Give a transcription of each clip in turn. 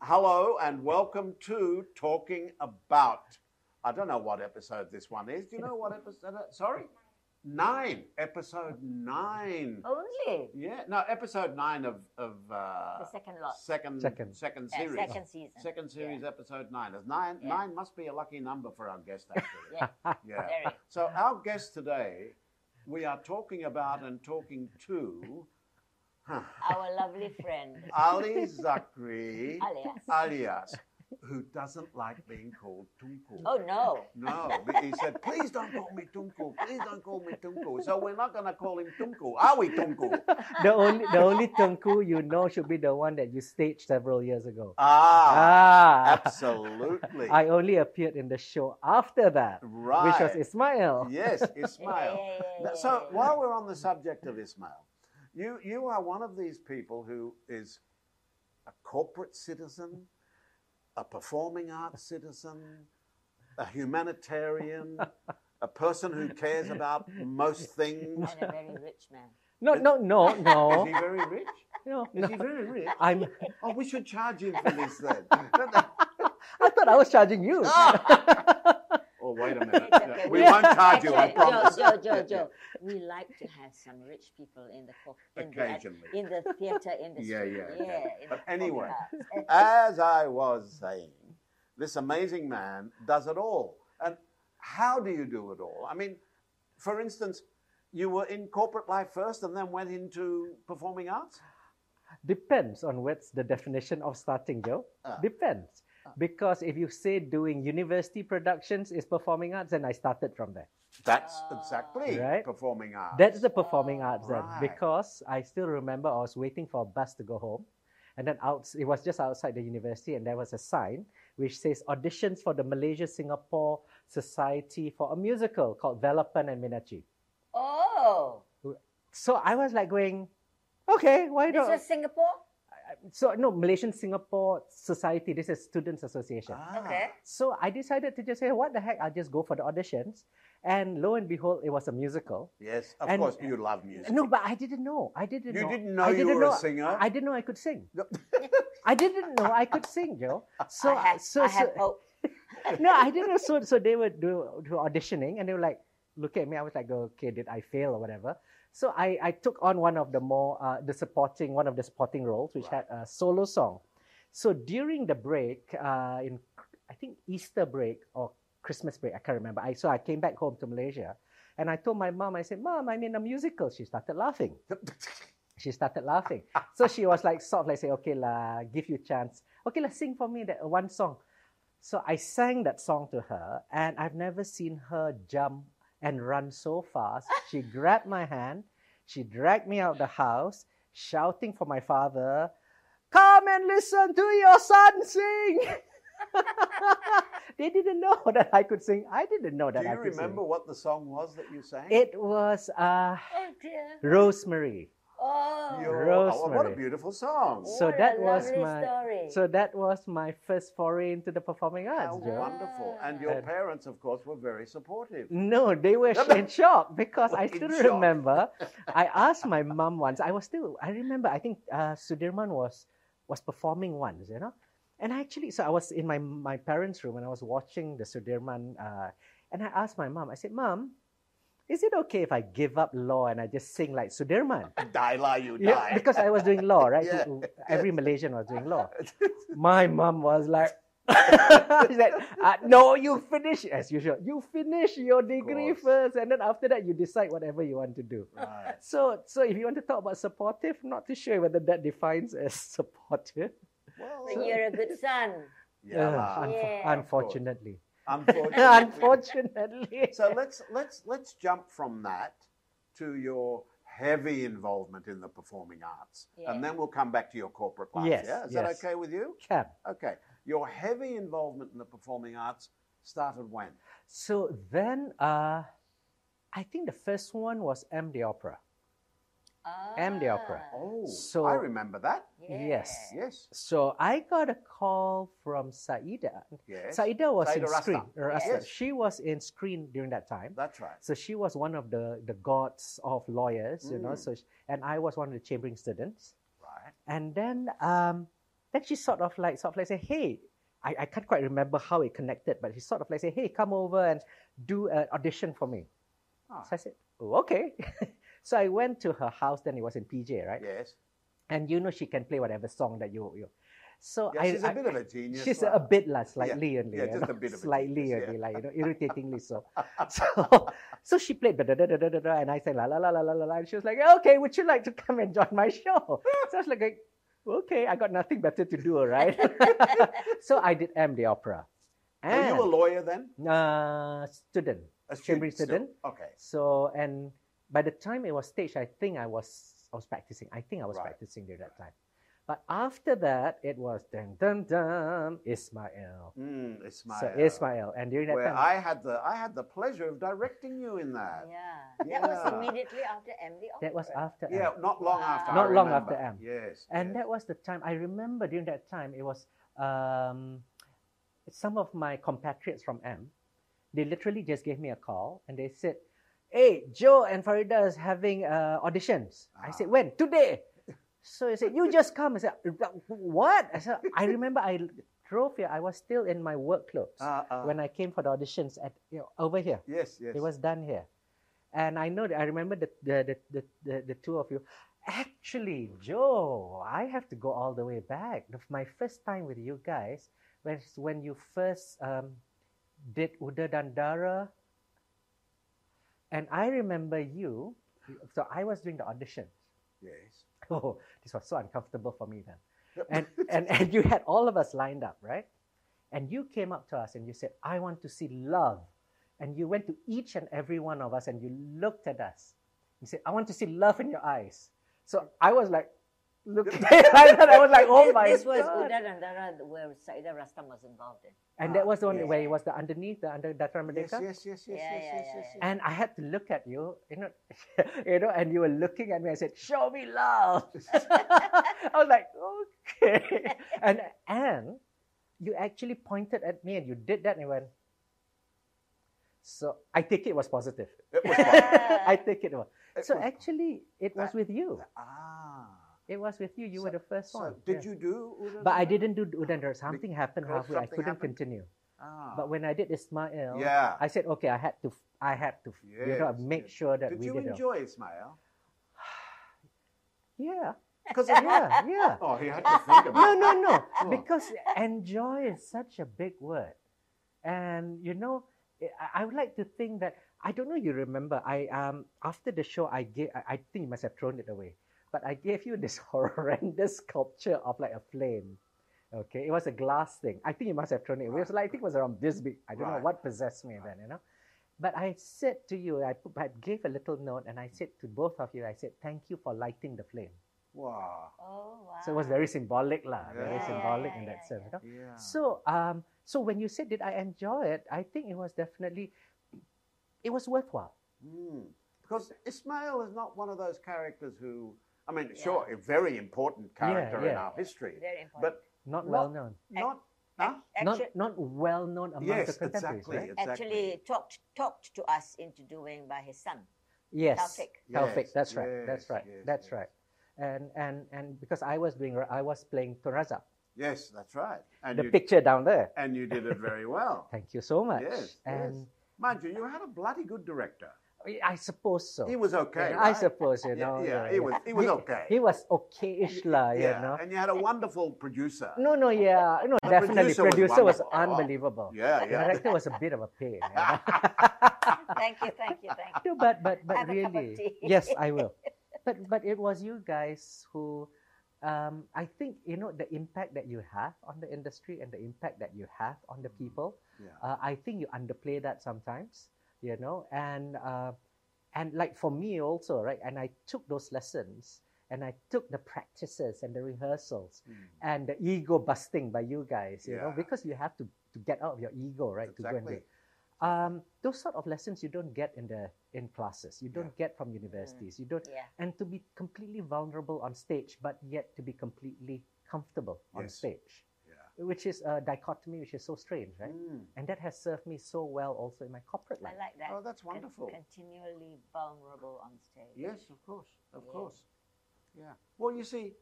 Hello and welcome to Talking About. I don't know what episode this one is. Do you know what episode? Sorry? Nine. Episode nine. Only Yeah, no, episode nine of, of uh, the second lot. second, Second. second Yeah, series. second season. Second series, Yeah. episode nine. Is Nine, Yeah. nine must be a lucky number for our guest, actually. Yeah, yeah. very. So, our guest today, we are talking about and talking to huh, Our lovely friend, Ali Zakri alias. alias, who doesn't like being called Tunku. Oh no. No, but he said, please don't call me Tunku. Please don't call me Tunku. So, we're not going to call him Tunku, are we, Tunku? The only the only Tunku you know should be the one that you staged several years ago. Ah, Ah, absolutely. I only appeared in the show after that, right. which was Ismail. Yes, Yeah, yeah, Ismail. yeah, Now, yeah, So yeah, while we're on the subject of Ismail, you you are one of these people who is a corporate citizen, a performing arts citizen, a humanitarian, a person who cares about most yeah. things. and a very rich man. No, no, no, Is no, he very rich? no, Is no. he very rich? I'm. Oh, we should charge him for this then. I thought I was charging you. Ah. oh, wait a It's minute. okay. We won't charge you, I Actually, promise. Joe, Joe, Joe, Joe. We like to have some rich people in the corp- in the, act- Occasionally. in the theatre industry. Yeah, yeah, yeah. okay. in But the anyway, corporate As arts. I was saying, this amazing man does it all. And how do you do it all? I mean, for instance, you were in corporate life first and then went into performing arts? Depends on what's the definition of starting, Joe. Ah. Depends. Because if you say doing university productions is performing arts, then I started from there. That's Uh, exactly Right. performing arts. That's the performing arts then, Oh, Right. because I still remember I was waiting for a bus to go home, and then out it was just outside the university, and there was a sign which says auditions for the Malaysia Singapore Society for a musical called Velapan and Minachi. oh, So I was like going, okay, why this not? was Singapore. So no, Malaysian Singapore Society. This is Students Association. Ah. Okay. So I decided to just say, what the heck? I'll just go for the auditions, and lo and behold, it was a musical. Yes, of And- course, you love music. No, but I didn't know. I didn't You know. didn't know I you didn't were a know- singer? I didn't know I could sing. I didn't know I could sing, Joe. So, I have, so, I have so hope. no, I didn't know. So, so they were do, do auditioning, and they were like, "Look at me." I was like, "Okay, did I fail or whatever?" So I, I took on one of the more uh, the supporting one of the supporting roles, which Right. had a solo song. So during the break, uh, in I think Easter break or Christmas break, I can't remember. I so I came back home to Malaysia, and I told my mom. I said, "Mom, I'm in a musical." She started laughing she started laughing. So she was like, sort of like, say, okay, la, give you chance. Okay, la, sing for me that one song. So I sang that song to her, and I've never seen her jump and run so fast. She grabbed my hand, she dragged me out of the house, shouting for my father, Come and listen to your son sing. they didn't know that I could sing. I didn't know that do I you could remember what the song was that you sang? sing. It was uh, Oh dear. Rosemary. Oh. Your- oh, what a Rosemary. beautiful song. So what that a was lovely my- Story. So that was my first foray into the performing Oh, How arts, Joe. wonderful. And your And- parents, of course, were very supportive. No, they were sh- in shock because I In still shock. remember. I asked my mom once. I was still. I remember. I think uh, Sudirman was was performing once, you know. And I actually, so I was in my my parents' room and I was watching the Sudirman. Uh, and I asked my mom. I said, "Mom, is it okay if I give up law and I just sing like Sudirman?" Die, lie, you die. Yeah, because I was doing law, right? Yeah. Every Malaysian was doing law. My mom was like, she said, uh, "No, you finish as usual. You finish your degree course. first, and then after that, you decide whatever you want to do." Right. So, so if you want to talk about supportive, not too sure whether that defines as supportive. Well, But you're a good son. yeah, Uh, lah. unfo- Yeah. unfortunately, Unfortunately. unfortunately. so let's let's let's jump from that to your heavy involvement in the performing arts, Yeah. and then we'll come back to your corporate life. Yes, yeah, is that yes. okay with you? Cam. Okay. Your heavy involvement in the performing arts started when? So then, uh, I think the first one was M the Opera. And the opera. Ah, Oh, So- I remember that. Yes. yeah. Yes. So I got a call from Saida. Yes. Saida was Saida in Rasta. screen. Rasta. Yes. She was in screen during that time. That's right. So she was one of the, the gods of lawyers, you know. Mm. So she, and I was one of the chambering students. Right. And then um, Then she sort of like sort of like said, hey, I, I can't quite remember how it connected, but she sort of like said, hey, come over and do an audition for me. Ah, So I said, oh, okay. so I went to her house. Then it was in PJ, right? yes. And you know she can play whatever song that you you. So Yeah, I, she's a I- bit of a genius. She's lah. a bit less, slightly only. yeah, you just know, a bit of a Slightly genius, yeah. only, like, you know, irritatingly so. So, so she played da da da da da da, da, and I said la la la la la la la, and she was like, okay, would you like to come and join my show? So I was like, okay, I got nothing better to do, all right? so I did am the opera. Are And, you a lawyer then? uh, student. A Cambridge still? student. Okay. So and by the time it was staged, I think I was I was practicing. I think I was Right. practicing during that time. But after that, it was dun dun dun Ismail. Mm, Ismail. So Ismail, and during that Where time, I had the I had the pleasure of directing you in that. Yeah. That was Yeah. immediately after MD. that was after. Yeah, M. not long after. I Ah. Not long remember. after M. Yes. And yes. that was the time I remember. During that time, it was um, some of my compatriots from M. They literally just gave me a call and they said, "Hey, Joe and Farida is having uh, auditions." I said, Ah. "When? Today." So he said, "You just come." I said, "What?" I said, "I remember I drove here. I was still in my work clothes Uh, uh, when I came for the auditions at you know, over here." yes, yes. It was done here. And I know that I remember the the, the, the, the, the two of you. Actually, Joe, I have to go all the way back. The- My first time with you guys was when you first um, did Uda Dandara. And I remember you. So I was doing the audition. yes. Oh, this was so uncomfortable for me then. And, and, and you had all of us lined up, right? And you came up to us and you said, I want to see love. And you went to each and every one of us and you looked at us. You said, I want to see love in your eyes. So I was like, looking like that. I was like, oh my this was God. Uda Dandara where Saida Rastam was involved in. And that was the one Yes. where it was the underneath, the under Datra yes, yes, yes, Merdeka. yes, yes, Yeah, yes, yeah, yes, yeah, yes, yeah. And I had to look at you, you know, you know, and you were looking at me. I said, "Show me love." I was like, "Okay." And and you actually pointed at me, and you did that, and you went. So I take it was positive. It was fun. Yeah. I take it was. It so was fun. actually, it was That- with you. ah. It was with you. You So- were the first So one. did yeah. you do? Uda But Dandara? I didn't do Udandar. Something happened because halfway. I something couldn't happened. continue. Ah. But when I did Ismail, yeah. I said, okay, I had to, I had to, you know, Yes, make yes. sure that did we you did it. enjoy Ismail? Yeah, Because yeah, yeah. oh, he had to think about. No, it. no, no. Oh. Because enjoy is such a big word, and you know, I- I would like to think that I don't know. You remember? I um after the show, I gave. I I think you must have thrown it away, but I gave you this horrendous sculpture of like a flame. Okay, it was a glass thing. I think you must have thrown it away. It was like, I think it was around this big. I don't know Right. what possessed me then. You know. But I said to you, I, put, I gave a little note and I said to both of you, I said, thank you for lighting the flame. Wow. Oh, wow. So it was very symbolic, lah. Very Yeah, yeah, symbolic yeah, in that yeah, sense. you know. Yeah. So, um, so when you said, "Did I enjoy it?" I think it was definitely, it was worthwhile. Mm. Because Ismail is not one of those characters who, I mean, Yeah. sure, a very important character in yeah. our history, Very important. but Not Not- well known. Ac- not. Huh? Actually, not not well known among the Yes, contemporaries. exactly. Right? exactly. actually talked talked to us into doing by his son. Yes. Taufik. Taufik, Yes, That's right. that's yes, right. yes, that's yes. right. And and and because I was doing, I was playing Toraza, Yes, that's right. And the you, picture down there. and you did it very well. Thank you so much. Yes, and Mind you, you had a bloody good director. I suppose so. He was okay. I right? suppose you Yeah, know. yeah, he was- he was okay. He was okay-ish, lah. You know. and you had a wonderful producer. No, no, yeah, no, The definitely. producer was Producer was, wonderful. unbelievable. Yeah, The yeah. director was a bit of a pain. you know. Thank you, thank you, thank you. No, but but but Have a cup of really, tea. yes, I will. But but it was you guys who, um, I think you know the impact that you have on the industry and the impact that you have on the people. yeah. Uh, I think you underplay that sometimes, you know, and uh, and like for me also, right? And I took those lessons and I took the practices and the rehearsals Mm. and the ego busting by you guys, you know, Yeah. because you have to, to get out of your ego, right? To go and do. Exactly. it. Um, those sort of lessons you don't get in the in classes, you don't get from universities, you don't, Yeah. and to be completely vulnerable on stage, but yet to be completely comfortable on Yes. stage, Yeah. which is a dichotomy which is so strange, right? Mm. And that has served me so well also in my corporate I life. like that. Oh, that's Con- wonderful. Continually vulnerable on stage. Yes, of course, of Yeah. course. Yeah. Well, you see,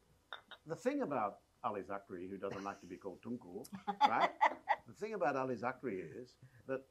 the thing about Ali Zakri, who doesn't like to be called Tunku, right? the thing about Ali Zakri is that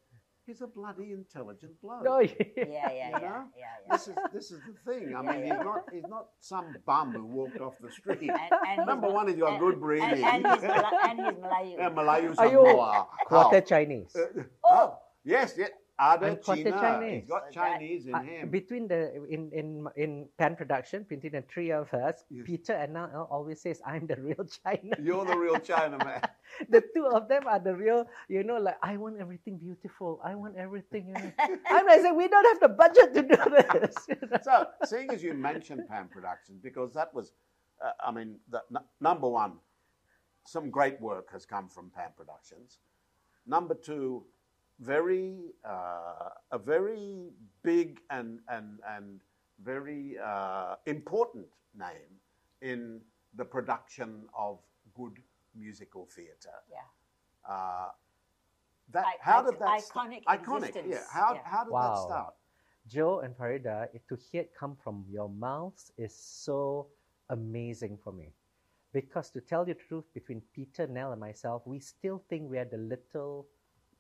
he's a bloody intelligent bloke. Oh, yeah. Yeah, yeah, yeah, yeah, know? yeah. This is this is the thing. I Yeah, mean, yeah. he's not he's not some bum who walked off the street. And- and he's Number Mal- one, he's got and- good breeding. And, and he's Mala- and he's Malayu. Yeah, Malayu Are you Samoa. Quarter Oh. Chinese. Uh, Oh, Yes, yes. Ada I'm quarter China. Chinese. He's got So that- Chinese in Uh, him. between the in in in pan production between the three of us, Yes. Peter and now always says I'm the real China. You're the real China man. the two of them are the real, you know, like I want everything beautiful. I want everything. You know. I'm like, saying, we don't have the budget to do this. so, seeing as you mentioned Pan Productions, because that was, uh, I mean, the, n- number one, some great work has come from Pan Productions. Number two, very uh, a very big and and and very uh, important name in the production of good musical theatre. yeah. Uh, that I- how I- did that iconic start? Iconic, yeah. existence, How, yeah. how did that Wow. start? Joe and Farida, it- to hear it come from your mouths is so amazing for me. Because to tell you the truth, between Peter, Nell, and myself, we still think we are the little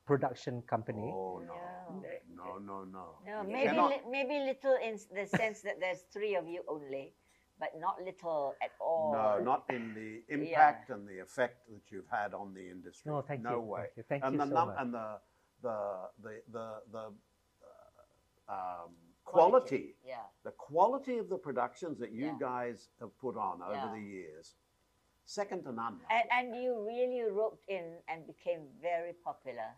production company. Oh no. No. No, no, no. No, You maybe cannot- li- maybe little in s- the sense that there's three of you only, but not little at all. No, not in the Oh. Yeah. impact and the effect that you've had on the industry. No, thank No you. way. Thank you, thank and you the so num- much. and the the the the, the uh, um, quality, Quality, Yeah, the quality of the productions that you Yeah. guys have put on over Yeah. the years, second to none. and and you really roped in and became very popular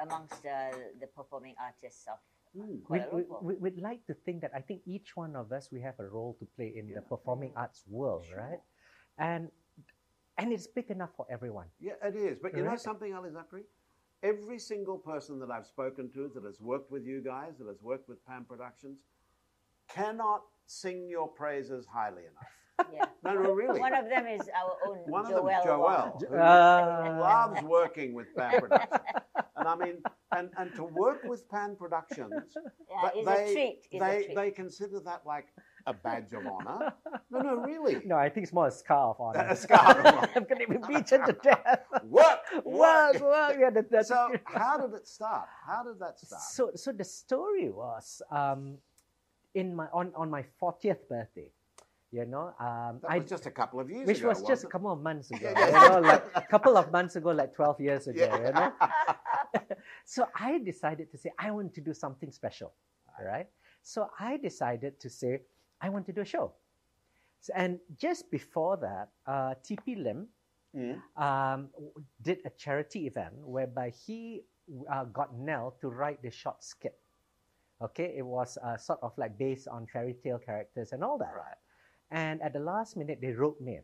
amongst uh, the performing artists of Mm. We, Kuala we, Lumpur. we, would like to think that I think each one of us, we have a role to play in the Yeah. Mm. performing arts world, Sure. right? And, and it's big enough for everyone. Yeah, it is. But you know Correct. something, Ali Zakri? Every single person that I've spoken to that has worked with you guys, that has worked with Pam Productions, cannot sing your praises highly enough. yeah. No, no, really. One of them is our own One of them, Joel. Joel. Wong. who Uh, loves working with Pan Productions. And I mean, and, and to work with Pan Productions, Yeah, but is they, a treat. Is a they, treat. they consider that like a badge of honor. No, no, really. no, I think it's more a scar of honor. A scar of honor. I'm going to be beaten to death. Work, Work, work. Yeah, that, that's So, how did it start? How did that start? So, so the story was um, in my on, on my fortieth birthday, you know, um, that I, was just a couple of years which ago. was just a wasn't it? couple of months ago, Yeah, you know, like a couple of months ago, like twelve years ago, you know. So I decided to say I want to do something special, right? So I decided to say I want to do a show, so, and just before that, uh, TP Lim, Mm. um, w- did a charity event whereby he uh, got Nell to write the short skit. Okay, it was uh, sort of like based on fairy tale characters and all that. Right. And at the last minute, they wrote me in.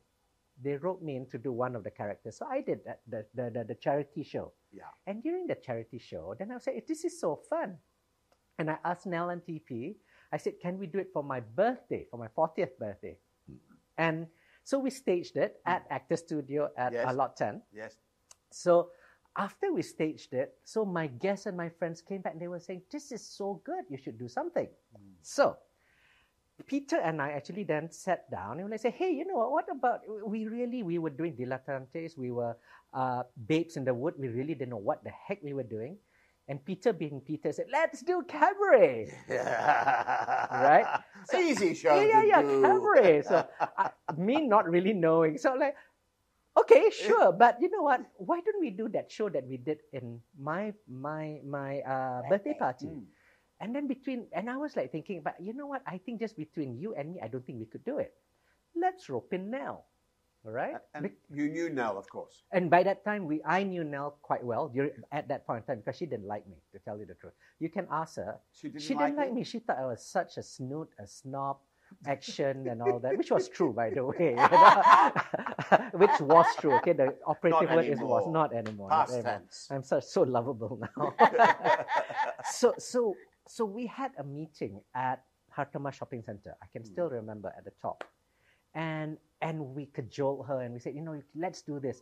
They wrote me in to do one of the characters. So I did that, the, the, the, the charity show. Yeah. And during the charity show, then I said, this is so fun. And I asked Nell and TP, I said, can we do it for my birthday, for my 40th birthday? Hmm. And so we staged it at Actor Studio at uh, Yes. Lot 10. Yes. So after we staged it, so my guests and my friends came back and they were saying, This is so good, you should do something. So Peter and I actually then sat down and I said, Hey, you know what, what about we really we were doing dilettantes, we were uh, babes in the wood, we really didn't know what the heck we were doing. And Peter being Peter said, Let's do cabaret. right? So- Easy show. yeah, to yeah, do. cabaret. So I, me not really knowing. So like, okay, Eh. sure, but you know what? Why don't we do that show that we did in my my my uh, birthday Birthday. party? Mm. And then between and I was like thinking, but you know what? I think just between you and me, I don't think we could do it. Let's rope in now, all right? And Bec- you knew Nell, of course. and by that time, we I knew Nell quite well during, at that point in time because she didn't like me, to tell you the truth. You can ask her. She didn't, she didn't like me. She thought I was such a snoot, a snob, action, and all that, which was true, by the way. you know. which was true. Okay, the operative word is was anymore. not anymore. not Past anymore. tense. I'm so so lovable now. so so so we had a meeting at Hartama Shopping Center. I can still remember at the top, and and we cajoled her and we said, you know, let's do this.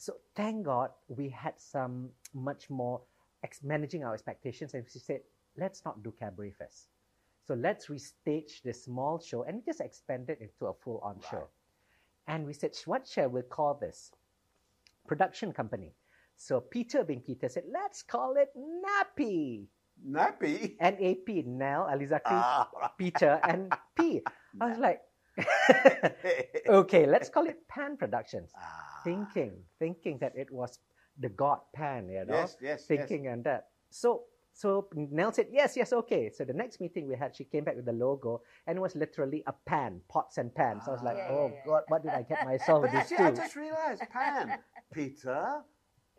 So thank God we had some much more ex- managing our expectations, and she said, let's not do cabaret first. So let's restage this small show and we just expand it into a full on Right. show. And we said, what shall we call this? Production company. So Peter being Peter said, let's call it Nappy. Nappy. N-A-P, Nell, Alizakri, Ah, Peter, and P. I was like, right. okay, let's call it Pan Productions. Ah. Thinking, thinking that it was the god Pan, you know? Yes, yes, yes. thinking and that. So so Nell said, yes, yes, okay. So the next meeting we had, she came back with the logo and it was literally a pan, pots and pans. So I was like, Ah. oh Yeah, yeah, God, what did I get myself But you see, into? I just realized Pan, Peter,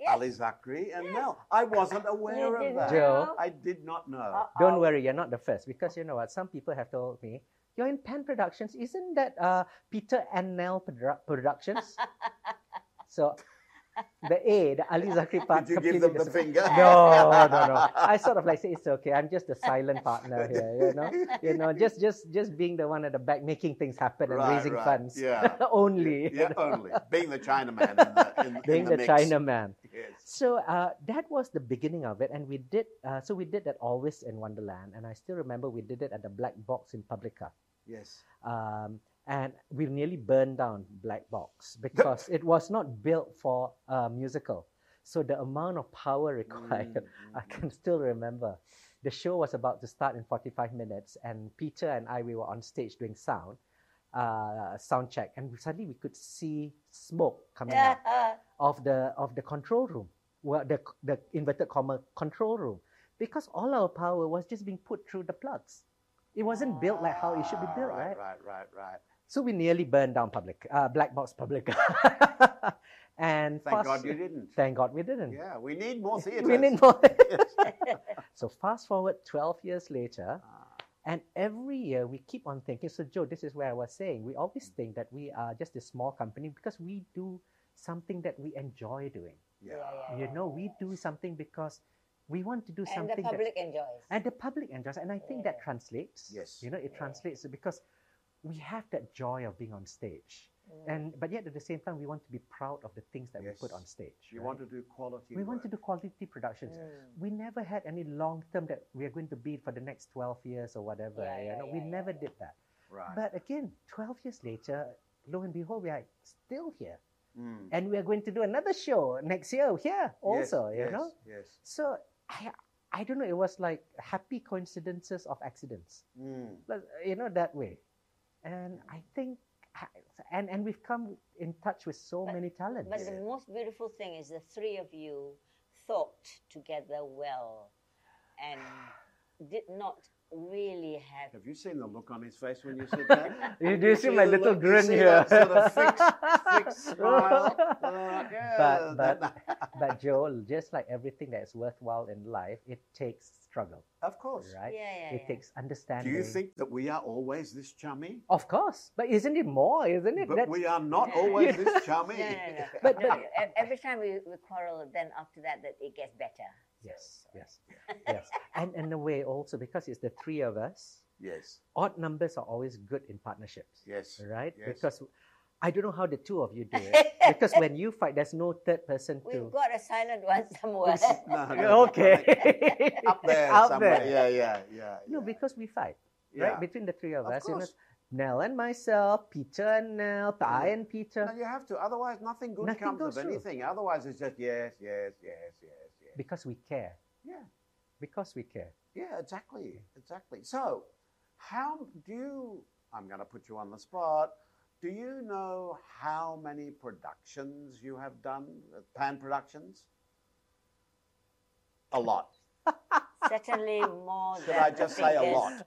Yes, Ali Zakri, and Mel. I wasn't aware you of didn't that. Joe. know. Uh, I did not know. Uh-oh. Don't worry, you're not the first because you know what? Some people have told me, you're in Pan Productions. Isn't that uh, Peter and Nell Produ- Productions? so the A, the Ali Zakri part. Did you completely give them the disappeared. finger? No, no, no. I sort of like say it's okay. I'm just the silent partner here, you know. You know, just just just being the one at the back, making things happen and Right, raising right. funds. Yeah. Only you Yeah, know, only. Being the Chinaman in the, in, in being the, the, mix. Chinaman. Yes. So uh, that was the beginning of it, and we did. Uh, so we did that always in Wonderland, and I still remember we did it at the Black Box in Publica, Yes. um, and we nearly burned down Black Box because it was not built for a musical. So the amount of power required Mm, I mm, can still remember. The show was about to start in 45 minutes, and Peter and I we were on stage doing sound, uh, sound check, and suddenly we could see smoke uh, coming out of the of the control room, well, the the inverted comma control room, because all our power was just being put through the plugs. It wasn't built like how it should be Ah, built, right? right? Right, right, right. So we nearly burned down public, uh, black box public, and Thank fast- God you didn't. Thank God we didn't. Yeah, we need more theatres. we didn't. want- Yes. So fast forward 12 years later, Ah, and every year we keep on thinking. So Joe, this is where I was saying we always think that we are just a small company because we do something that we enjoy doing. yeah. You know, we do something because we want to do and something the public enjoys. that, and the public enjoys, and I think that Yeah. translates. Yes. you know, it Yeah. translates because we have that joy of being on stage, Mm. and but yet at the same time we want to be proud of the things that we put Yes. on stage. You right? want to do quality we want to work. do quality productions Mm. we never had any long term that we are going to be for the next 12 years or whatever. Yeah, you yeah, know? yeah, we yeah, never yeah. did that. Right. But again, 12 years later, lo and behold, we are still here. Mm. And we are going to do another show next year here also, yes, you yes, know? Yes. So I, I don't know, it was like happy coincidences of accidents, Mm. but, you know, that way. And I think, and, and we've come in touch with so But- many talents. But Yeah. the most beautiful thing is the three of you thought together well and did not really have. Have you seen the look on his face when you said that? You do see my the little look- you grin see here. that Sort of fixed, fixed smile. Uh, yeah, But- that- but Joel, just like everything that is worthwhile in life, it takes struggle, of course. right? Yeah, yeah, It yeah. takes Do understanding. you think that we are always this chummy? Of course, but isn't it more? Isn't it? But That's- we are not Yeah. always this chummy. No, no, no. But- No, but- e- every time we, we quarrel, then after that, that it gets better. yes, yes, yes. And in a way, also because it's the three of us, Yes, odd numbers are always good in partnerships, yes. right? Yes. Because I don't know how the two of you do it. because when you fight, there's no third person We've to. got a silent one somewhere. No, no, like Okay. Up there Out somewhere. there. Yeah, yeah, yeah. No, yeah. because we fight. yeah. right? Between the three of, Of us, you know, course. Nell and myself, Peter and Nell, I Mm. and No, Peter, you have to. Otherwise, nothing good Nothing comes goes of through. anything. Otherwise, it's just yes, yes, yes, yes, yes. because we care. Yeah. Because we care. Yeah, exactly, exactly. So, how do you? I'm going to put you on the spot. Do you know how many productions you have done? uh, Pan productions. A lot. Certainly more Oh, Should than I the just say a fingers lot?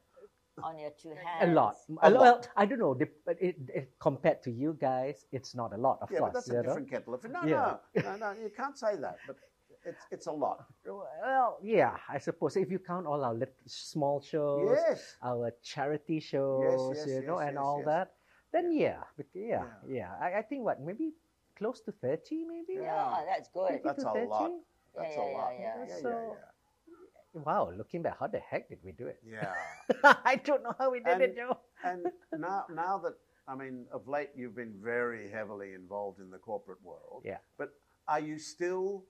on your two A hands. lot. A A lot. Well, lot. I don't know. dep- but It, it, compared to you guys, it's not a lot, of yeah, course. but that's a you know? different kettle of fish. No, Yeah. no, no, no. You can't say that. But it's it's a lot. Well, yeah, I suppose. If you count all our lit- small shows, Yes. our charity shows, yes, you know, yes, and yes, all yes. that, then yeah. bec- Yeah, Yeah. yeah. I, I think what, maybe close to 30, maybe? Yeah, that's good. 30 That's to a 30? lot. That's yeah, a yeah, lot. yeah, yeah, So- Wow, looking back, how the heck did we do it? yeah. yeah. I don't know how we did And- it, Joe. And now, now that I mean, of late you've been very heavily involved in the corporate world. Yeah. But are you still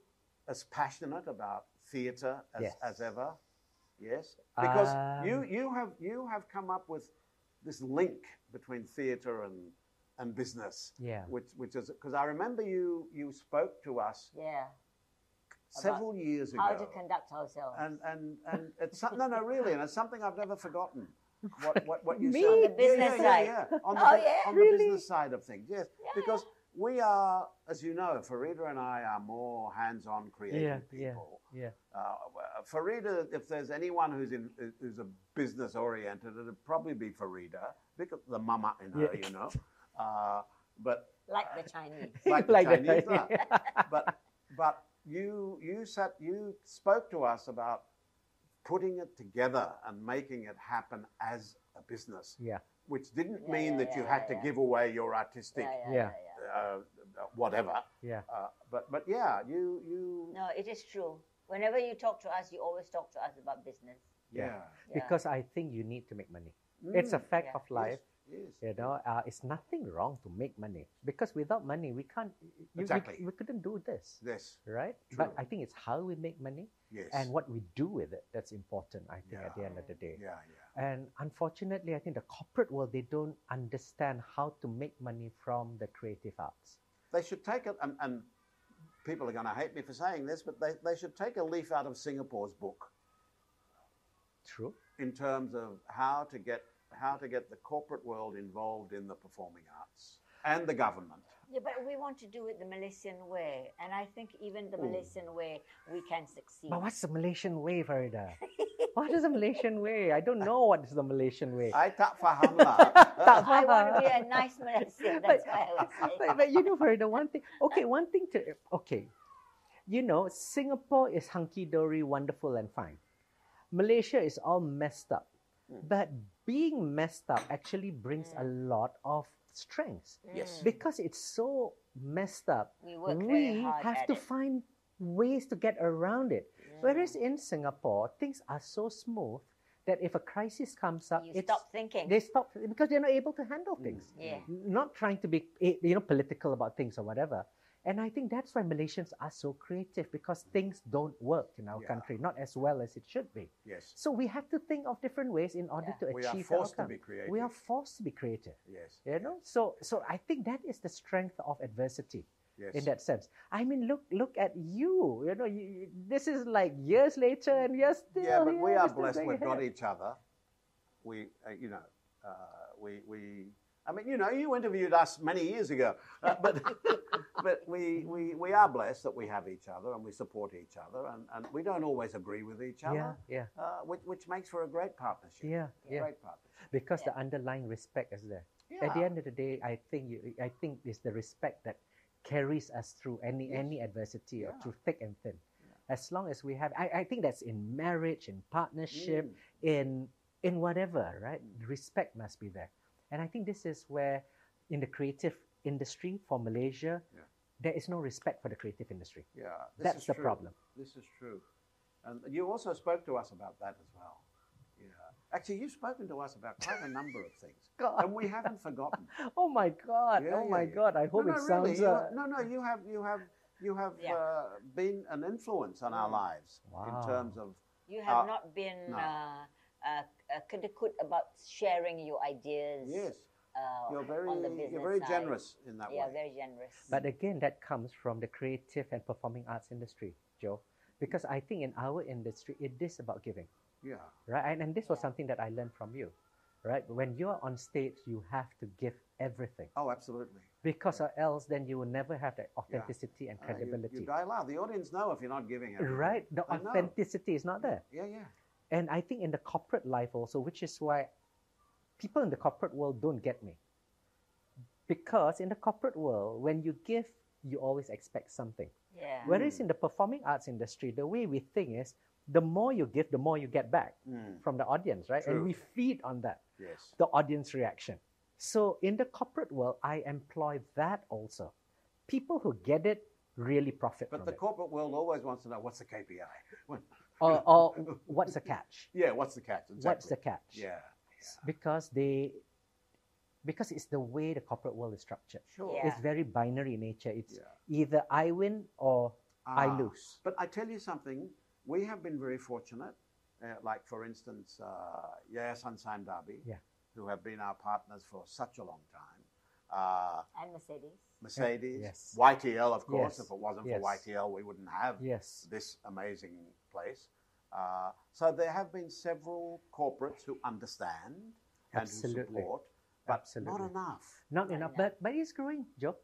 as passionate about theatre as, Yes. as ever? Yes. Because you Um, you have you have come up with this link between theatre and and business, Yeah. which which is because I remember you you spoke to us Yeah. several years ago. How to conduct ourselves. and and and it's some, no no really, and it's something I've never forgotten. What what what you Me? said On the Yeah, business yeah, yeah, side. yeah. on the, Oh, bu- yeah? on the business side of things, yes, because we are, as you know, Farida and I are more hands-on creative Yeah, yeah. people. Yeah. Uh, Farida, if there's anyone who's in who's a business oriented, it'd probably be Farida because the mama in her, Yeah. you know. Uh, but like the Chinese. Like the Chinese, that. but but you you sat you spoke to us about putting it together and making it happen as a business, yeah. which didn't Yeah, mean yeah, that yeah, you yeah, had to yeah. give away your artistic Yeah, yeah, yeah, yeah. Yeah. uh, whatever. Yeah. Uh, but but yeah, you you No, it is true. Whenever you talk to us, you always talk to us about business. yeah. Yeah. Because I think you need to make money. It's a Mm, fact Yeah. of life. yes, yes. You know, uh, it's nothing wrong to make money because without money, we can't. you- we- Exactly. We, couldn't do this, Yes, right? But True. I think it's how we make money yes. and what we do with it that's important. I think at the Yeah. end of the day. Yeah, yeah. And unfortunately, I think the corporate world they don't understand how to make money from the creative arts. They should take it, and, and people are going to hate me for saying this, but they, they should take a leaf out of Singapore's book. True. in terms of how to get how to get the corporate world involved in the performing arts and the government. Yeah, but we want to do it the Malaysian way, and I think even the Malaysian way we can succeed. Hmm. But what's the Malaysian way, Farida? what is the Malaysian way? I don't know what is the Malaysian way. I tak faham lah. Tak I want to be a nice Malaysian. That's why I was saying. but, but you know, for the one thing, okay, one thing to, okay, you know, Singapore is hunky dory, wonderful, and fine. Malaysia is all messed up. Hmm. Mm. But being messed up actually brings a lot of strengths Yes. because it's so messed up. we Hmm. work very we hard have at to it. find ways to get around it. Mm. Whereas in Singapore, things are so smooth that if a crisis comes up, you it's, stop Hmm. thinking. they stop because they're not able to handle things yeah. not trying to be eh, you know political about things or whatever and i think that's why malaysians are so creative because things don't work in our Yeah. country not as well as it should be yes, so we have to think of different ways in order Yeah. we to are achieve the forced to outcome. be creative. we are forced to be creative yes, you know so so i think that is the strength of adversity yes. in that sense i mean look look at you you know you, you- this is like years later and you're still yeah, but here, we you're are still blessed. going We've got ahead. each other. We, uh, you know, uh, we we. I mean, you know, you interviewed us many years ago, uh, but but we, we we are blessed that we have each other and we support each other and, and we don't always agree with each other. yeah yeah uh, which, which makes for a great partnership. yeah A yeah Great partnership. because Yeah. the underlying respect is there Yeah. At the end of the day, I think you, I think it's the respect that carries us through any Yes. any adversity or Yeah. through thick and thin. As long as we have, I, I think that's in marriage, in partnership, Mm. in in whatever, right? Mm. Respect must be there, and I think this is where, in the creative industry for Malaysia, Yeah. there is no respect for the creative industry. Yeah. This that's is the true. problem. This is true. And you also spoke to us about that as well. Yeah. Actually, you've spoken to us about quite a number of things, and we haven't forgotten. Oh my God! Yeah, oh yeah, my yeah. God! I hope no, it no, sounds. really. you uh, ha- no, no. You have, you have, you have Yeah. uh, been an influence on our Mm. lives Wow. in terms of You have Uh, not been no. uh, uh, uh, katakut about sharing your ideas. yes, Uh, you're very, on the you're business very side. generous in that Yeah, way. very generous. But again, that comes from the creative and performing arts industry, Joe. Because I think in our industry, it is about giving, yeah, right? And, and this was Yeah. something that I learned from you, right? When you are on stage, you have to give everything oh, absolutely. because, or else, then you will never have that Yeah. authenticity and Uh, you- credibility, you, die loud. The audience know if you're not giving it. right? The I know. authenticity is not there. Yeah, yeah. And I think in the corporate life also, which is why people in the corporate world don't get me. Because in the corporate world, when you give, you always expect something. yeah. Whereas Mm. in the performing arts industry, the way we think is the more you give, the more you get back Mm, from the audience, right? And True. we feed on that, yes. the audience reaction. So in the corporate world, I employ that also. People who get it really profit But from the it. corporate world always wants to know what's the KPI. What- or, or what's the catch? yeah, what's the catch? Exactly. What's the catch? Yeah, Because they because it's the way the corporate world is structured. sure. Yeah. It's very binary in nature. It's Yeah. either I win or I Ah, lose. But I tell you something, we have been very fortunate. Uh, like for instance, uh, Yaya Sansan Darby, Yeah. who have been our partners for such a long time. uh, And Mercedes. Mercedes, Yes. YTL, of course. Yes. If it wasn't Yes. for YTL, we wouldn't have Yes. this amazing place. Uh, so there have been several corporates who understand and who Absolutely. support, but Absolutely. not enough. Not Not enough, enough. but but it's growing, Joe.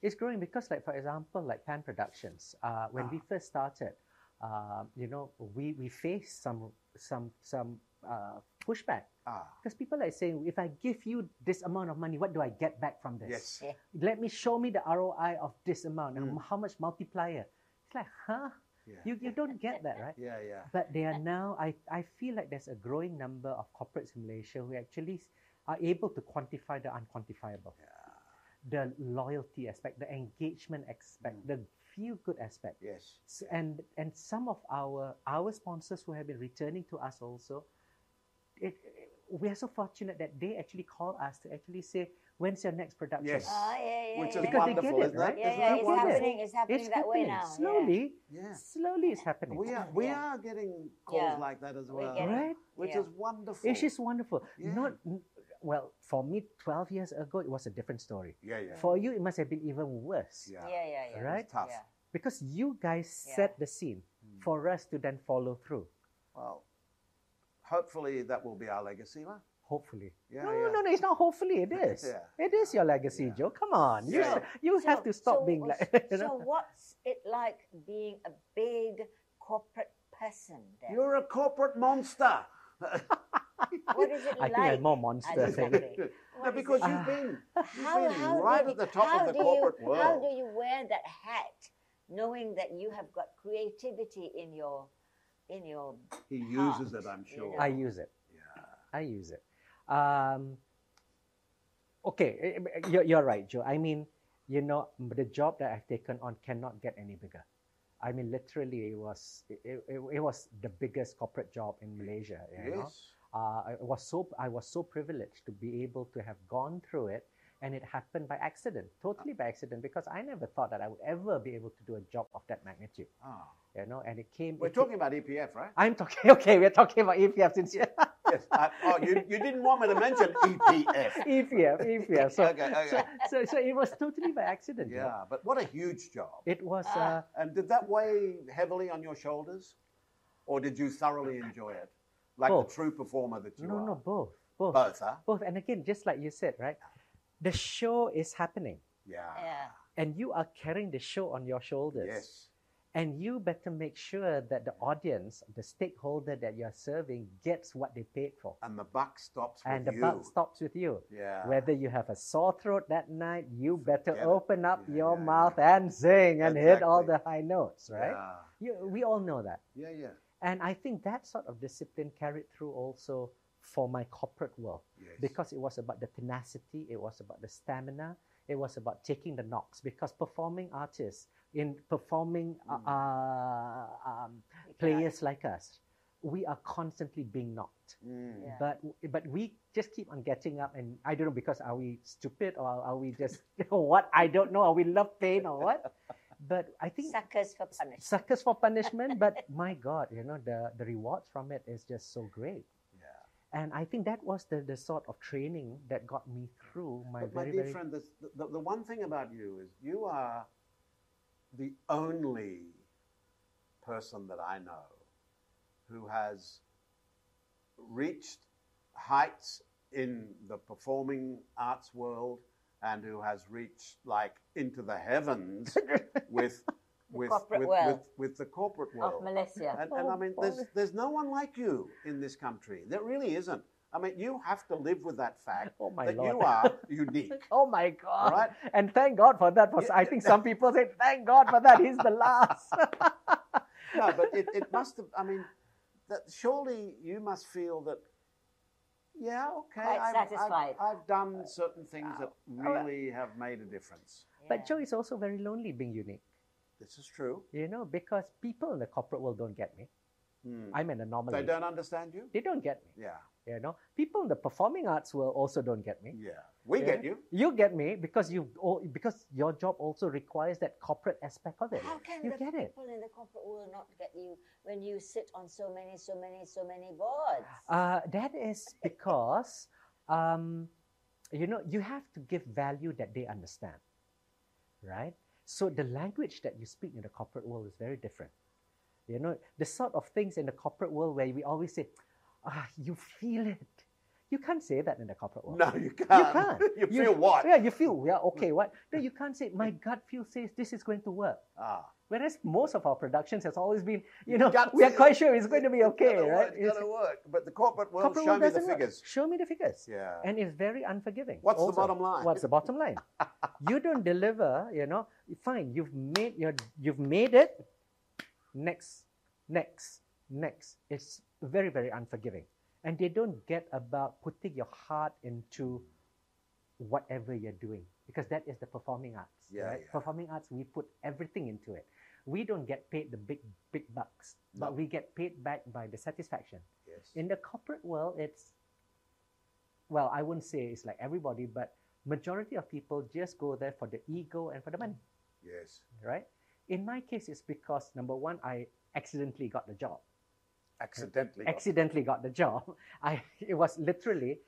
It's growing because, like for example, like Pan Productions. Uh, when we Ah. first started, uh, you know, we we faced some some some uh, pushback Ah, because people are saying, if I give you this amount of money, what do I get back from this? yes. Let me show me the ROI of this amount and Mm. how much multiplier. It's like, huh? Yeah, You you don't get that, right? yeah, yeah. But they are now, I, I feel like there's a growing number of corporates in Malaysia who actually s- are able to quantify the unquantifiable. The loyalty aspect, the engagement aspect, Mm. the feel good aspect. Yes. S- And, and some of our, our sponsors who have been returning to us also, it, it- we are so fortunate that they actually call us to actually say, when's your next production? Yes. Ah, yeah, Which yeah, yeah. is Because they get wonderful, it, isn't right? it? yeah, Isn't yeah, that it's wonderful? happening. It's happening It's that happening. way now. yeah. Slowly, Yeah. Oh, slowly it's happening. We are we Yeah. are getting calls Yeah. like that as We're well, getting- Right? which yeah. is wonderful. It's just wonderful. Yeah. Not well for me. Twelve years ago, it was a different story. yeah, yeah, For you, it must have been even worse yeah. Yeah, yeah, yeah. Right? It's tough. Yeah. because you guys Yeah. set the scene Mm. for us to then follow through. Well, hopefully that will be our legacy, lah. Hopefully, Yeah, no, yeah. no, no, it's not. Hopefully, it is. Yeah. It is your legacy, Yeah. Joe. Come on, you So- s- you have to stop so- being like. you so know? what's it like being a big corporate person then? You're a corporate monster. what is it I like? think I'm more monster. Exactly. What no, is because it? you've Ah. been, you've how, been how right do at you- the top how of the do you- corporate How world. do you wear that hat knowing that you have got creativity in your in your He Ah, uses it, I'm you sure. know. I use it. Yeah. I use it. Um, okay, eh, eh, you're, you're right, Joe. I mean, you know, the job that I've taken on cannot get any bigger. I mean, literally, it was it, it, it was the biggest corporate job in Malaysia. You know? Yes. uh, I was so I was so privileged to be able to have gone through it, and it happened by accident, totally by accident, because I never thought that I would ever be able to do a job of that magnitude. Ah. You know, and it came. We're it came- talking about EPF, right? I'm talking. Okay, we're talking about EPF since yes. I, oh, you, you didn't want me to mention EPF. E EPF, EPF. So, okay, okay. so, so, so it was totally by accident. you know. yeah, but what a huge job. It was, Ah. uh, And did that weigh heavily on your shoulders? Or did you thoroughly enjoy it? Like Both. the true performer that you no, are? no, both, both, both. Both, huh? And again, just like you said, right? The show is happening Yeah. Ah, yeah and you are carrying the show on your shoulders. Yes. And you better make sure that the audience, the stakeholder that you're serving, gets what they paid for. And the buck stops with And the you. buck stops with you. Yeah. Whether you have a sore throat that night, you better Forget it. open up Yeah, your yeah, mouth yeah. and sing and hit all Exactly. the high notes, right? You, we all know that. Yeah, yeah, yeah. And I think that sort of discipline carried through also for my corporate world Yes. because it was about the tenacity, it was about the stamina, it was about taking the knocks. Because performing artists, in performing uh, Mm. uh, um, you cannot- players like us, we are constantly being knocked. Mm. Yeah. But but we just keep on getting up, and I don't know because are we stupid or are we just what I don't know? Are we love pain or what? But I think suckers for punishment suckers for punishment. but my God, you know, the, the rewards from it is just so great. Yeah. And I think that was the, the sort of training that got me through my But my very, dear very friend, the, the, the one thing about you is you are the only person that I know who has reached heights in the performing arts world and who has reached like into the heavens with with, corporate with, world. with with the corporate Oh, world. of Malaysia. And, and I mean, there's, there's no one like you in this country. There really isn't. I mean, you have to live with that fact Oh my that lord. you are unique. Oh my God! Right. And thank God for that. For Yeah. I think some people say, "Thank God for that." He's the last. No, but it, it must have, I mean, that surely you must feel that, yeah, okay, I've, Quite I've- satisfied. I've, Uh, done certain things oh, that really have made a difference. Yeah. But Joe is also very lonely being unique. This is true. You know, because people in the corporate world don't get me. Hmm. I'm an anomaly. They don't understand you? They don't get me. Yeah, You know, people in the performing arts world also don't get me. yeah. We Yeah. get you. You get me because you oh, because your job also requires that corporate aspect of it. How can you the get it? people in the corporate world not get you when you sit on so many, so many, so many boards? Uh, that is because um, you know, you have to give value that they understand, right? So the language that you speak in the corporate world is very different. You know, the sort of things in the corporate world where we always say, ah, you feel it. You can't say that in the corporate world. No, you can't. can't. you You- feel what? Yeah, you feel, yeah, okay, what? No, you can't say, my gut feel says this is going to work. Ah, Whereas most of our productions has always been, you know, Gut we are feel. quite sure it's going to be okay, gotta right? Work, It's- gotta work. But the corporate world, corporate show world me the doesn't work. figures. Show me the figures. Yeah. And it's very unforgiving. What's the also. bottom line? What's the bottom line? you don't deliver, you know, fine, you've made your you've made it. Next, next, next. It's very, very unforgiving. And they don't get about putting your heart into whatever you're doing. Because that is the performing arts. Yeah, right? yeah. Performing arts, we put everything into it. We don't get paid the big big bucks, No. but we get paid back by the satisfaction. Yes. In the corporate world, it's well, I wouldn't say it's like everybody, but majority of people just go there for the ego and for the money, yes. right? In my case, it's because number one, I accidentally got the job. Accidentally. got- Accidentally got the job. I it was literally,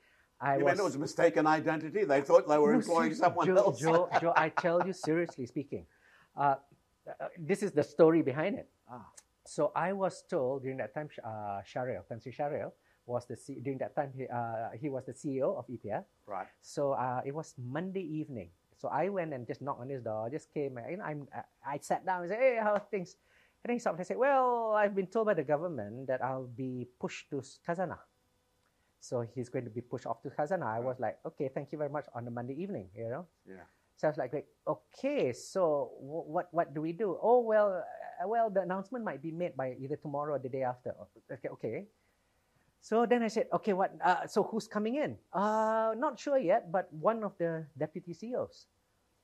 I you was. meant it was mistaken identity. They thought they were No, employing seriously, someone Joe, else. Joe, Joe, I tell you seriously speaking, uh, uh, this is the story behind it. Ah, So I was told during that time, Sh- uh, Sharil, Tan Sri Sharil was the C- during that time he, uh, he was the CEO of E EPF. right. So uh, it was Monday evening. So I went and just knocked on his door. Just came. You know, I'm, I I sat down and said, "Hey, how are things?" And then he stopped and said, "Well, I've been told by the government that I'll be pushed to Kazana." So he's going to be pushed off to Kazana. I was like, "Okay, thank you very much." On a Monday evening, you know. Yeah. So I was like, like, "Okay, so wh- what what do we do?" Oh well, uh, well, the announcement might be made by either tomorrow or the day after. Okay, okay. So then I said, okay, what? Uh, so who's coming in? Uh, not sure yet, but one of the deputy CEOs.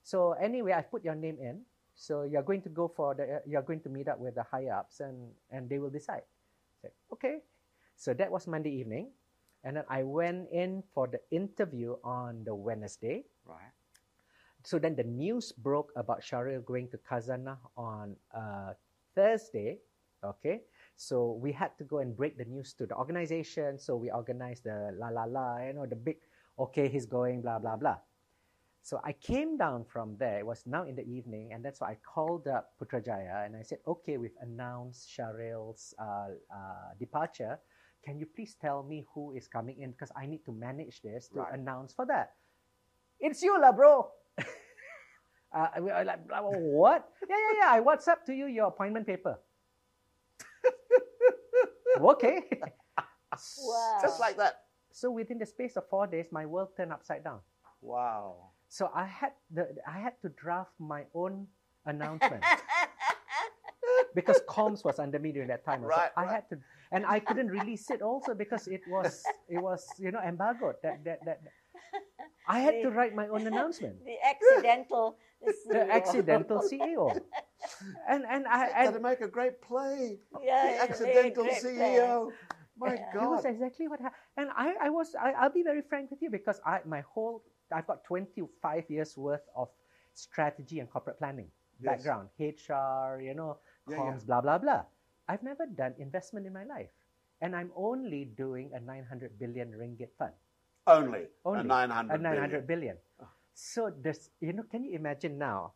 So anyway, I put your name in. So you're going to go for the uh, you're going to meet up with the high ups and and they will decide. I said, okay. So that was Monday evening, and then I went in for the interview on the Wednesday. Right. So then the news broke about Sharil going to Kazana on uh, Thursday. Okay. So we had to go and break the news to the organization. So we organized the la la la, you know, the big, okay, he's going, blah, blah, blah. So I came down from there. It was now in the evening. And that's why I called up Putrajaya and I said, okay, we've announced Sharil's uh, uh, departure. Can you please tell me who is coming in? Because I need to manage this to Right. announce for that. It's you, lah, bro. Uh, I- I like, blah, blah, what? Yeah, yeah, yeah. I WhatsApp to you your appointment paper. okay. Wow. Just like that. So within the space of four days, my world turned upside down. Wow. So I had the I had to draft my own announcement because comms was under me during that time. Right, so I right. had to, and I couldn't release it also because it was it was you know embargoed. That that that. I had to write my own announcement. the accidental. E The CEO. accidental CEO, and and I and That'd make a great play. Yeah, The yeah, very accidental E great CEO. My That was God. exactly what happened. And I, I was, I, I'll be very frank with you because I, my whole, I've got 25 years worth of strategy and corporate planning Yes. background, HR, you know, Yeah, yeah. comms, blah, blah, blah. I've never done investment in my life. And I'm only doing a 900 billion ringgit fund, Only, Only. a 900 a billion. 900 Uh, billion. Oh. So this, you know, can you imagine now?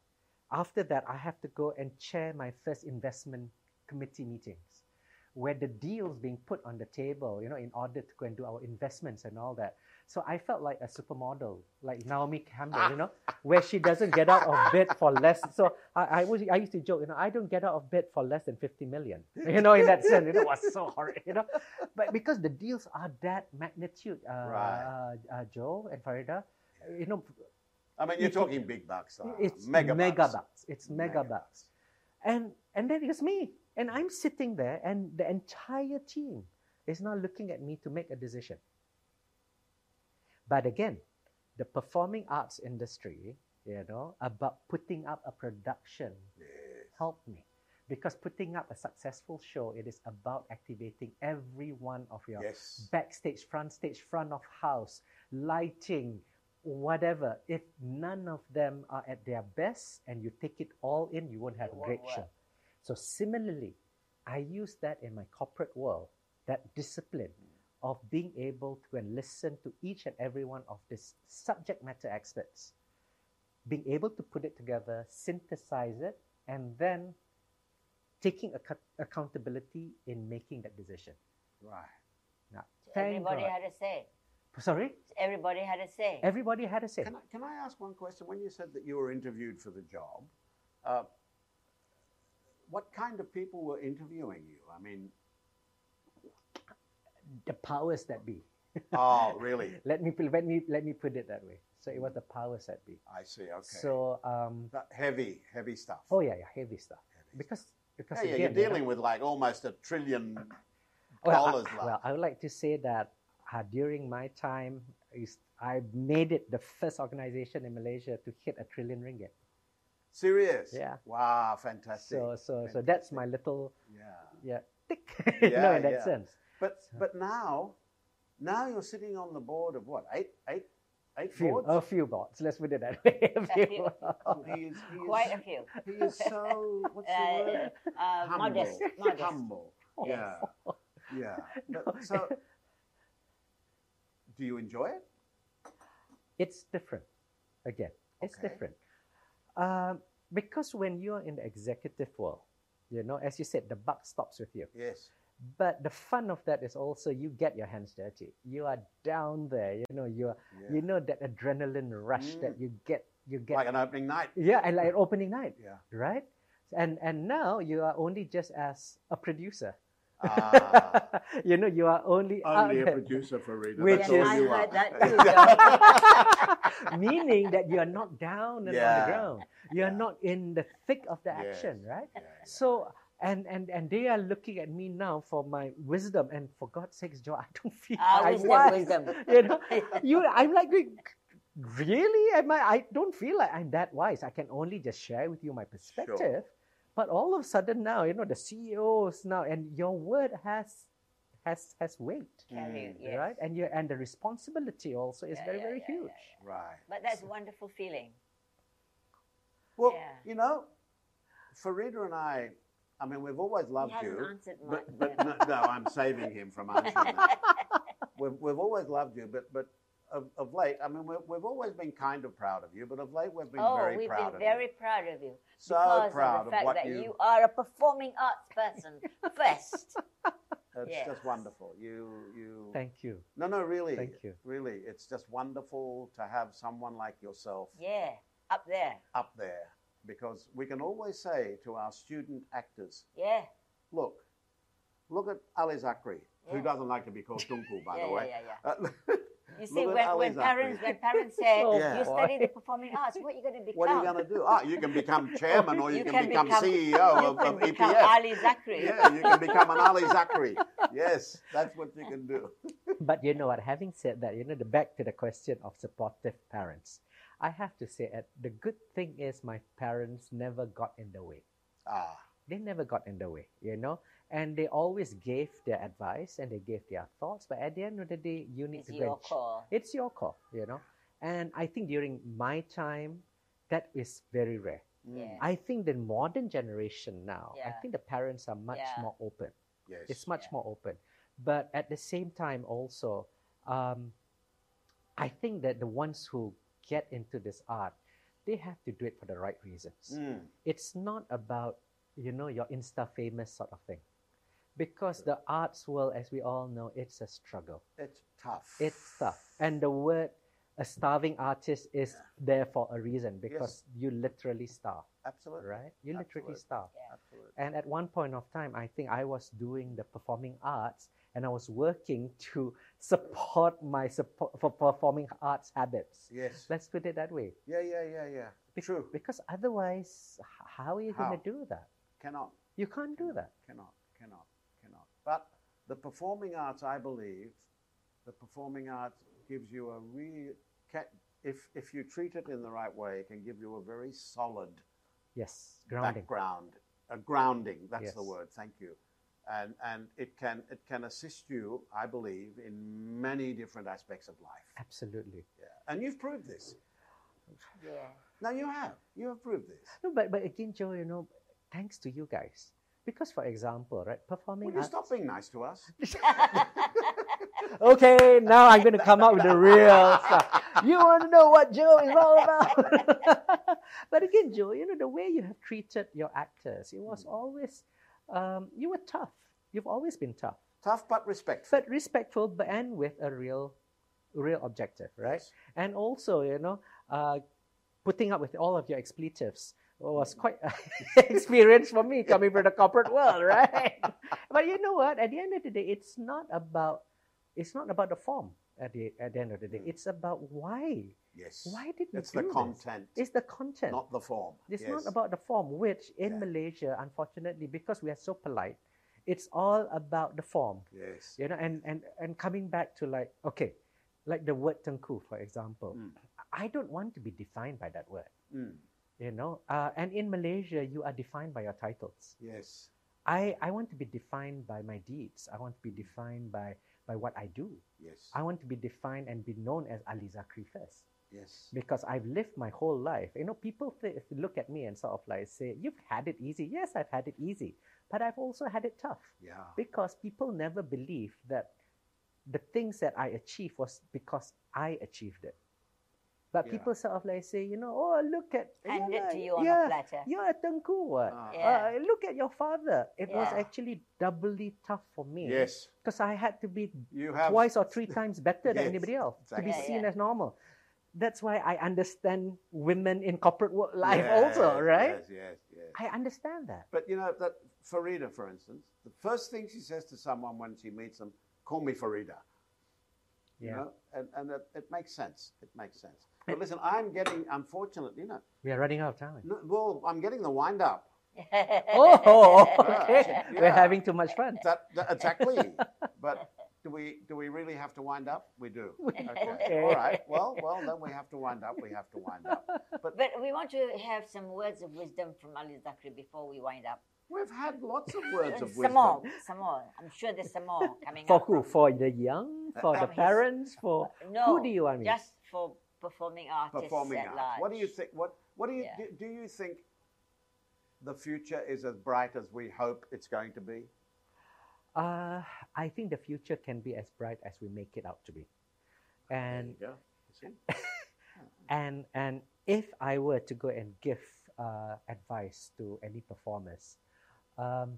After that, I have to go and chair my first investment committee meetings where the deals being put on the table, you know, in order to go and do our investments and all that. So I felt like a supermodel, like Naomi Campbell, you know, where she doesn't get out of bed for less. So I, I was I used to joke, you know, I don't get out of bed for less than 50 million. You know, in that sense, you know, it was so horrid, you know. But because the deals are that magnitude, uh, Right. uh, uh, Joe and Farida, uh, you know, I mean, you're talking big bucks. uh, it's mega, bucks. It's mega bucks and and then it's me and i'm sitting there and the entire team is now looking at me to make a decision but again the performing arts industry you know about putting up a production Yeah. helped me because putting up a successful show it is about activating every one of your Yes. backstage, front stage, front of house, lighting, whatever. If none of them are at their best and you take it all in, you won't have It a won't great work. show. So similarly, I use that in my corporate world, that discipline of being able to and listen to each and every one of these subject matter experts, being able to put it together, synthesize it, and then taking ac- accountability in making that decision. Right. Now, thank Everybody God. had a say. Sorry, Everybody had a say. everybody had a say. Can I, can I ask one question? When you said that you were interviewed for the job, uh, what kind of people were interviewing you? I mean, The powers that be. oh, really? Let me let me let me put it that way. So it was the powers that be. I see. Okay. So um, That heavy, heavy stuff. oh yeah, yeah, heavy stuff. Heavy Because because Yeah, yeah, again, you're you know, dealing with like almost a trillion well, dollars. I, like. well, I would like to say that uh, during my time, is I made it the first organization in Malaysia to hit a trillion ringgit. Serious? Yeah. Wow, fantastic. So so so that's my little yeah. yeah tick. you Yeah, know, in that yeah. sense. But but now, now you're sitting on the board of what eight eight eight Few, Oh, boards. a few bots. Let's put it that way. A few. few bots. Oh, he is, he is, Quite a few. he is so what's the word? Uh, uh, Humble. modest, modest. Humble. Yeah. Yeah. Oh. No. But, so, do you enjoy it? it's different. Again, it's Okay. different. Um, because when you're in the executive world, you know, as you said, the buck stops with you. Yes. But the fun of that is also you get your hands dirty. You are down there, you know, you're Yeah. Mm. you know that adrenaline rush that you get you get like an opening night. Yeah, and like an opening night, Yeah. right? And and now you are only just as a producer. Ah, you know, you are only, out only a there. producer for Rita. Which That's all Yeah, is- I you heard are. that too. John. meaning that you are not down and on Yeah. the ground. You are Yeah. not in the thick of the Yes. action, right? Yeah, yeah. So and and and they are looking at me now for my wisdom and for God's sakes, Joe, I don't feel Ah, I'm wisdom, wise. wisdom. You know, you I'm like going, really? Am I? I don't feel like I'm that wise. I can only just share with you my perspective. But all of a sudden now, you know, the CEOs now, and your word has has has weight, Carry, Mm, yes. right? And you and the responsibility also is Yeah, very yeah, very yeah, yeah, huge. Right. But that's a wonderful feeling. Well, Yeah. you know, Farida and I, I mean, we've always loved he hasn't you. answered much. But, but no, no, I'm saving him from answering that. We've, we've always loved you, but, but of, of late, I mean, we've, we've always been kind of proud of you, but of late we've been oh, very we've proud been of very you. proud of you. So because proud of the of fact what that you- are a performing arts person first. It's yeah. just wonderful. You, you. Thank you. no, no, really. Thank you. Really, it's just wonderful to have someone like yourself Yeah, up there. up there because we can always say to our student actors, Yeah. look, look at Ali Zakri, who Yeah. doesn't like to be called Tunku, by yeah, the way. yeah, yeah, Uh, yeah. You see, Look at when, how when he's up parents there. when parents say Oh, Yeah. you study the boy. performing arts, what are you going to become? What are you going to do? Ah, you can become chairman or you, You can, can become, become- CEO You Oh, of, can of become EPF. Ali Zakri. Yeah, you can become an Ali Zakri. Yes, that's what you can do. But you know what? Having said that, you know, the back to the question of supportive parents, I have to say, uh, the good thing is my parents never got in the way. Ah, They never got in the way, you know, and they always gave their advice and they gave their thoughts. But at the end of the day, you need It's to go. your and ch- call. It's your call, you know. And I think during my time, that is very rare. mm, I think the modern generation now, I Yeah. think the parents are much Yeah. more open yes. it's much Yeah. more open but at the same time also um, i think that the ones who get into this art they have to do it for the right reasons Mm, it's not about you know your insta famous sort of thing because the arts world as we all know it's a struggle it's tough. it's tough and the word a starving artist is there for a reason because you literally starve Absolutely. right you literally Absolutely. starve Absolutely. and at one point of time, I think I was doing the performing arts and I was working to support my support for performing arts habits. Yes. Let's put it that way. Yeah, yeah, yeah, yeah. Bec- True. Because otherwise, h- how are you going How? to do that? Cannot. You can't do that. cannot, cannot, cannot. But the performing arts, I believe, the performing arts gives you a real, ca- if, if you treat it in the right way, it can give you a very solid Yes, grounding. background, a grounding, that's the Yes. word, thank you. And, and it, can, it can assist you, I believe, in many different aspects of life. Absolutely. Yeah. And you've proved this. Yeah. No, you have. You have proved this. No, but, but again, Joe, you know, thanks to you guys. Because, for example, right, performing Will you arts. stop being nice to us? okay, now I'm going to come up with the real stuff. You want to know what Joe is all about? but again, Joe, you know, the way you have treated your actors, it was Mm. always, um, you were tough. You've always been tough, Tough but respectful. but respectful but- and with a real, real objective, right? Yes. And also, you know, uh, putting up with all of your expletives Mm. was quite an experience for me coming from the corporate world, right? but you know what? At the end of the day, it's not about it's not about the form. At the at the end of the day, Mm. it's about why. Yes. Why did we It's do the content, This? It's the content. not the form. it's Yes. not about the form, which in Yeah. Malaysia, unfortunately, because we are so polite, it's all about the form Yes. you know and and and coming back to like okay like the word tengku for example Mm. i don't want to be defined by that word Mm. you know uh, and in malaysia you are defined by your titles Yes. i i want to be defined by my deeds i want to be defined by by what i do Yes. i want to be defined and be known as ali zakri first Yes. because i've lived my whole life you know people th- look at me and sort of like say you've had it easy yes i've had it easy but i've also had it tough Yeah. because people never believe that the things that I achieved was because I achieved it. But Yeah. people sort of like say, you know, oh look at Hand yeah, it to you on a yeah, platter. You're a tengku what? Ah. Yeah. Uh, look at your father. It was Yeah. actually doubly tough for me. Yes. Because I had to be You have twice or three times better than Yes, anybody else exactly. Yeah, to be seen yeah. as normal. That's why I understand women in corporate wo- life also, Yes, right? Yes. Yes. Yes. I understand that. But you know that Farida, for instance, the first thing she says to someone when she meets them, "Call me Farida." You Yeah. know, and and it, it makes sense. It makes sense. But listen, I'm getting, unfortunately, you know, We are running out of time. no, well, I'm getting the wind up. Oh, okay. Ah, Yeah. We're having too much fun. That, that exactly. but do we do we really have to wind up? We do. Okay. All right. Well, well, then we have to wind up. We have to wind up. But we want to have some words of wisdom from Ali Zakri before we wind up. We've had lots of words of some wisdom. more, some more. I'm sure there's some more coming For up. who? For the young? For the Families. parents? For No, who do you want me? just for performing artists performing at arts. large. What do you think? What What do you Yeah. do, do? You think the future is as bright as we hope it's going to be? Uh, I think the future can be as bright as we make it out to be. And there you go. You see? and and if I were to go and give uh, advice to any performers, um,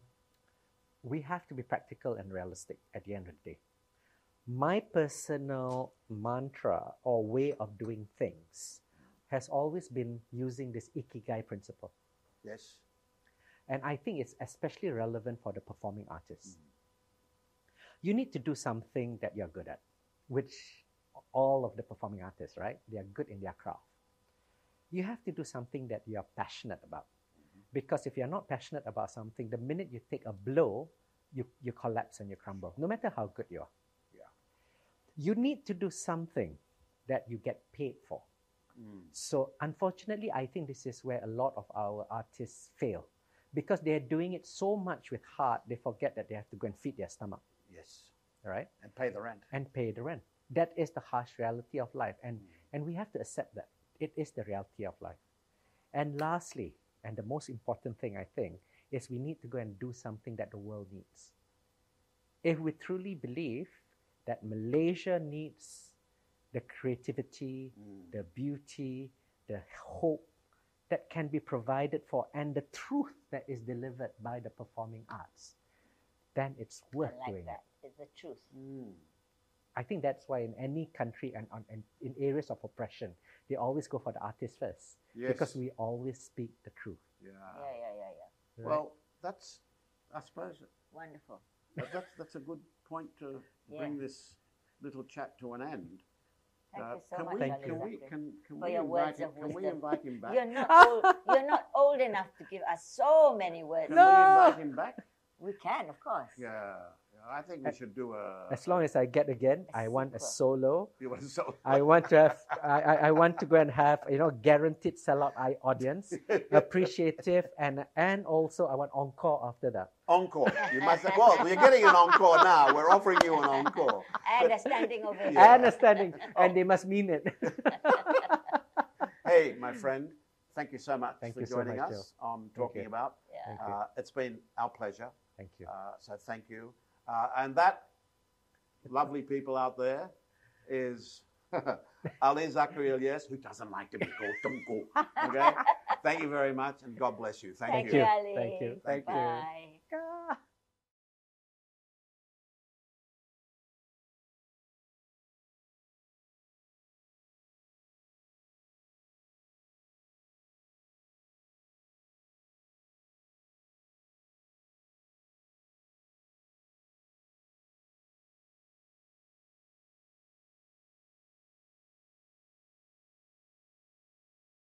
we have to be practical and realistic at the end of the day. My personal mantra or way of doing things has always been using this ikigai principle. Yes. And I think it's especially relevant for the performing artists. You need to do something that you're good at, which all of the performing artists, right? They are good in their craft. You have to do something that you are passionate about. Because if you're not passionate about something, the minute you take a blow, you, you collapse and you crumble, no matter how good you are. Yeah. You need to do something that you get paid for. Mm. So unfortunately, I think this is where a lot of our artists fail because they're doing it so much with heart, they forget that they have to go and feed their stomach, Yes. right? And pay the rent. And pay the rent. That is the harsh reality of life. And, Mm. and we have to accept that. It is the reality of life. And lastly, and the most important thing I think, is we need to go and do something that the world needs. If we truly believe that Malaysia needs the creativity, Mm. the beauty, the hope that can be provided for, and the truth that is delivered by the performing arts, then it's I worth doing like it. that. It's the truth. Mm. I think that's why in any country and on, and in areas of oppression, they always go for the artist first Yes. because we always speak the truth. Yeah. Yeah, yeah, yeah, yeah. right? Well, that's. I suppose Wonderful. that- that's that's a good point to Yeah. bring this little chat to an end. Thank you Uh, so can much, we, Thank Ali can you. we Zakri. can, can for we your invite words him, of can we wisdom. invite him back? You're not old, you're not old enough to give us so many words. Can No. we invite him back? We can, of course. Yeah. Yeah, I think we should do a. as long as I get again, A I want a sequel. solo. You want to sell- I want to have. I, I, I want to go and have you know guaranteed sellout I audience, appreciative, and and also I want encore after that. Encore. You must have, well, we're getting an encore now. We're offering you an encore. And a standing Yeah. ovation. Oh. and understanding, and they must mean it. Hey, my friend, thank you so much Thank for you so joining much, us on Talking you. About. Yeah. Thank you. Uh, it's been our pleasure. Thank you. Uh, so thank you. Uh, and that lovely people out there is Ali Zakri Elias, who doesn't like to be called Tunku. Okay? Thank you very much and God bless you. Thank, Thank you. you, Ali. Thank you. Thank you. Bye. Ah.